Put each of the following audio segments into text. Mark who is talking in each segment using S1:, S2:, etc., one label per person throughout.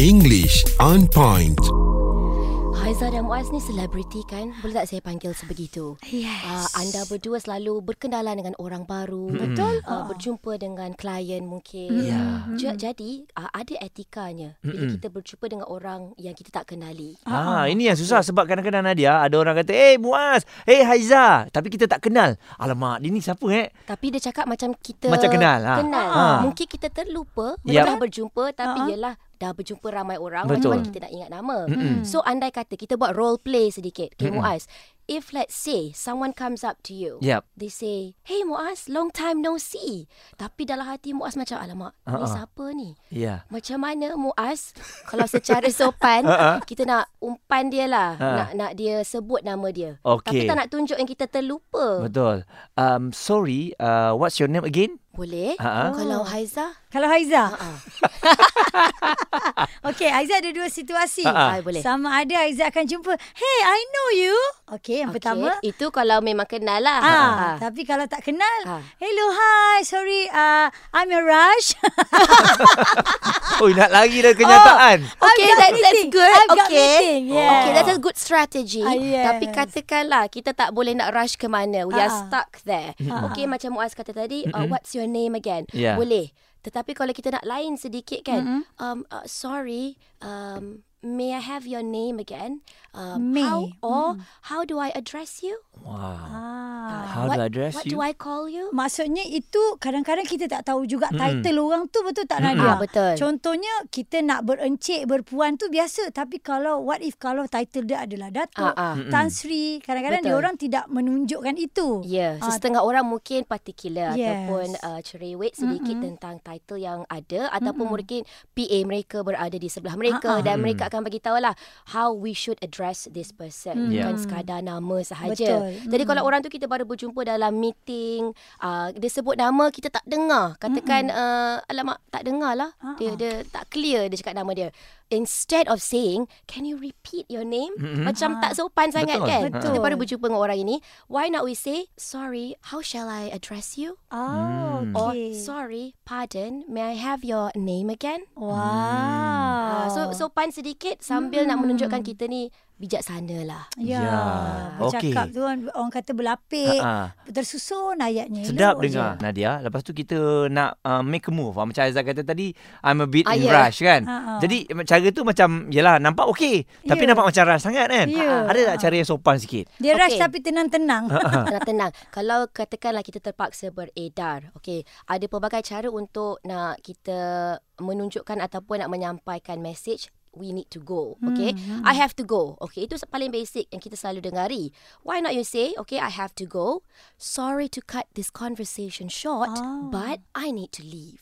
S1: English on point.
S2: Haiza dan Muaz ni selebriti kan? Boleh tak saya panggil sebegitu?
S3: Yes.
S2: Uh, anda berdua selalu berkenalan dengan orang baru.
S3: Betul. Mm-hmm.
S2: Uh, berjumpa dengan klien mungkin.
S4: Ya.
S2: Ja- Jadi uh, ada etikanya bila kita berjumpa dengan orang yang kita tak kenali.
S4: Ha, ini yang susah sebab kadang-kadang Nadia ada orang kata, "Eh hey, Muaz, eh hey, Haiza." Tapi kita tak kenal. Alamak, dia ni siapa eh?
S2: Tapi dia cakap macam kita
S4: Macam kenal, ha.
S2: kenal.
S4: Ha.
S2: Mungkin kita terlupa
S4: Yap.
S2: dah berjumpa tapi
S3: Ha.
S2: yelah dah berjumpa ramai orang
S4: Betul.
S2: macam mana kita nak ingat nama. So andai kata kita buat role play sedikit. Okay, Muaz. If let's say someone comes up to you.
S4: Yap.
S2: They say, "Hey Muaz, long time no see." Tapi dalam hati Muaz macam alamak,
S4: Ha,
S2: ni
S4: ha.
S2: siapa ni?
S4: Ya.
S2: Macam mana Muaz kalau secara sopan kita nak umpan dia lah,
S4: Ha.
S2: nak nak dia sebut nama dia. Tapi
S4: Okey.
S2: tak nak tunjuk yang kita terlupa.
S4: Betul. Um sorry, uh, what's your name again?
S2: Boleh?
S4: Ha, ha.
S2: Kalau Haiza,
S3: Kalau Haiza.
S2: ha.
S3: Okey, Haiza ada dua situasi.
S4: Ha,
S2: ha. Ah, boleh.
S3: Sama ada Haiza akan jumpa, "Hey, I know you." Okey, yang okay. pertama.
S2: Okey, Itu kalau memang kenal lah.
S3: Ah, tapi kalau tak kenal,
S2: Ah.
S3: "Hello, hi. Sorry, uh, I'm your rush."
S2: Ah.
S4: Oh, nak lari dari kenyataan.
S2: Okay,
S3: I've got
S2: that, that's
S3: meeting.
S2: good.
S3: I've got
S2: okay.
S3: meeting, yeah.
S2: Okay, that's a good strategy.
S3: Ah, yes.
S2: Tapi katakanlah kita tak boleh nak rush ke mana. We are
S3: Ah.
S2: stuck there. Okay, macam Muaz kata tadi, uh, what's your name again?
S4: Yeah.
S2: Boleh. Tetapi kalau kita nak lain sedikit kan, um, uh, sorry, um, may I have your name again? Um,
S3: May.
S2: How or how do I address you?
S4: Wow.
S3: ah.
S2: Oh.
S4: How
S2: what,
S4: do I address
S2: what
S4: you?
S2: do I call you?
S3: Maksudnya itu kadang-kadang kita tak tahu juga title orang tu betul tak Nadia?
S2: Ah, betul.
S3: Contohnya kita nak berencik, berpuan tu biasa. Tapi kalau what if kalau title dia adalah Datuk,
S2: Ah, ah.
S3: Tan Sri. Kadang-kadang
S2: Betul.
S3: dia orang tidak menunjukkan itu.
S2: Ya, yeah,
S3: Ah,
S2: setengah orang mungkin particular
S3: Yes.
S2: ataupun uh, cerewet sedikit mm-hmm. tentang title yang ada ataupun mm-hmm. mungkin PA mereka berada di sebelah mereka
S3: Ah-ah.
S2: dan mereka akan bagi tahulah how we should address this person
S4: Mm.
S2: bukan
S3: Yeah.
S2: sekadar nama sahaja.
S3: Betul. Mm.
S2: Jadi kalau orang tu kita baru berjumpa dalam meeting, uh, dia sebut nama kita tak dengar. Katakan mm-hmm. uh, alamak tak dengar lah.
S3: Ah-ah.
S2: Dia dia tak clear dia cakap nama dia. Instead of saying, can you repeat your name?
S4: Mm-mm.
S2: Macam
S3: Ah.
S2: tak sopan sangat
S4: Betul.
S2: kan?
S3: Betul.
S2: Kita baru berjumpa dengan orang ini. Why not we say, sorry, how shall I address you?
S3: Oh,
S4: Hmm.
S2: Or,
S3: okay.
S2: sorry, pardon, may I have your name again?
S3: Wow.
S2: Ah, so sopan sedikit sambil nak menunjukkan kita ni bijaksana lah.
S3: Ya,
S4: Ya,
S3: bercakap
S4: okey.
S3: tu orang, orang kata berlapik,
S4: Ha.
S3: tersusun ayatnya.
S4: Sedap
S3: elok
S4: dengar
S3: je.
S4: Nadia. Lepas tu kita nak uh, make a move. Ah, Macam Aizah kata tadi, I'm a bit
S2: Ah,
S4: in
S2: ya.
S4: rush kan.
S3: Ha, ha.
S4: Jadi cara tu macam yelah nampak okey, tapi
S3: Ya.
S4: nampak macam rush sangat kan.
S3: Ya.
S4: Ada tak cara yang sopan sikit?
S3: Dia rush
S2: Okey.
S3: tapi tenang-tenang.
S2: Tenang-tenang. Kalau katakanlah kita terpaksa beredar, okey, ada pelbagai cara untuk nak kita menunjukkan ataupun nak menyampaikan message we need to go. Okay.
S3: Hmm,
S2: I have to go. Okay. Itu paling basic yang kita selalu dengari. Why not you say, okay, I have to go. Sorry to cut this conversation short,
S3: Ah. Hmm.
S2: but I need to leave.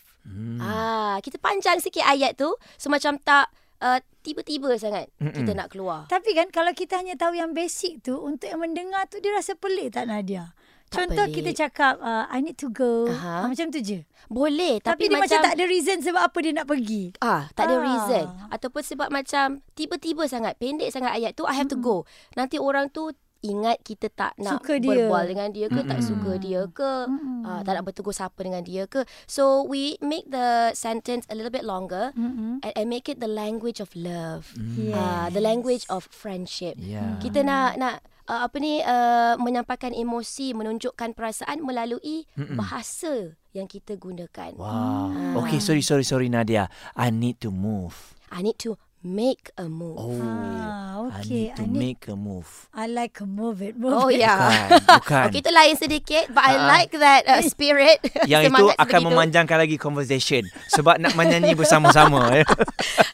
S2: Ah, kita panjang sikit ayat tu. So macam tak uh, tiba-tiba sangat Mm-mm. kita nak keluar.
S3: Tapi kan kalau kita hanya tahu yang basic tu untuk yang mendengar tu dia rasa pelik tak Nadia?
S2: Tak
S3: Contoh
S2: pelik.
S3: kita cakap uh, I need to go.
S2: Aha.
S3: Uh, macam tu je.
S2: Boleh, tapi,
S3: Tapi, dia macam, tak ada reason sebab apa dia nak pergi.
S2: Ah, tak ada
S3: Ah.
S2: reason ataupun sebab macam tiba-tiba sangat pendek sangat ayat tu I have to go. Nanti orang tu ingat kita tak nak
S3: Suka dia.
S2: berbual dengan dia ke tak suka dia ke ah, tak nak bertegur sapa dengan dia ke. So we make the sentence a little bit longer
S3: Mm-mm.
S2: and, and make it the language of love.
S3: Mm. Yes.
S2: Ah, the language of friendship.
S4: Hmm, Ya.
S2: Kita nak nak uh, apa ni uh, menyampaikan emosi, menunjukkan perasaan melalui bahasa yang kita gunakan.
S4: Wow.
S3: Ah.
S4: Okay, sorry, sorry, sorry Nadia. I need to move.
S2: I need to make a move.
S4: Oh.
S3: Ah,
S4: I
S3: okay.
S4: need to
S3: I need-
S4: make a move.
S3: I like move it, move
S2: Oh
S3: it.
S2: ya.
S4: Bukan, bukan. Ah.
S2: Okay, itu lain sedikit but I like that uh, spirit.
S4: Yang itu
S2: Semangat
S4: akan
S2: begitu.
S4: memanjangkan lagi conversation sebab nak menyanyi bersama-sama. eh.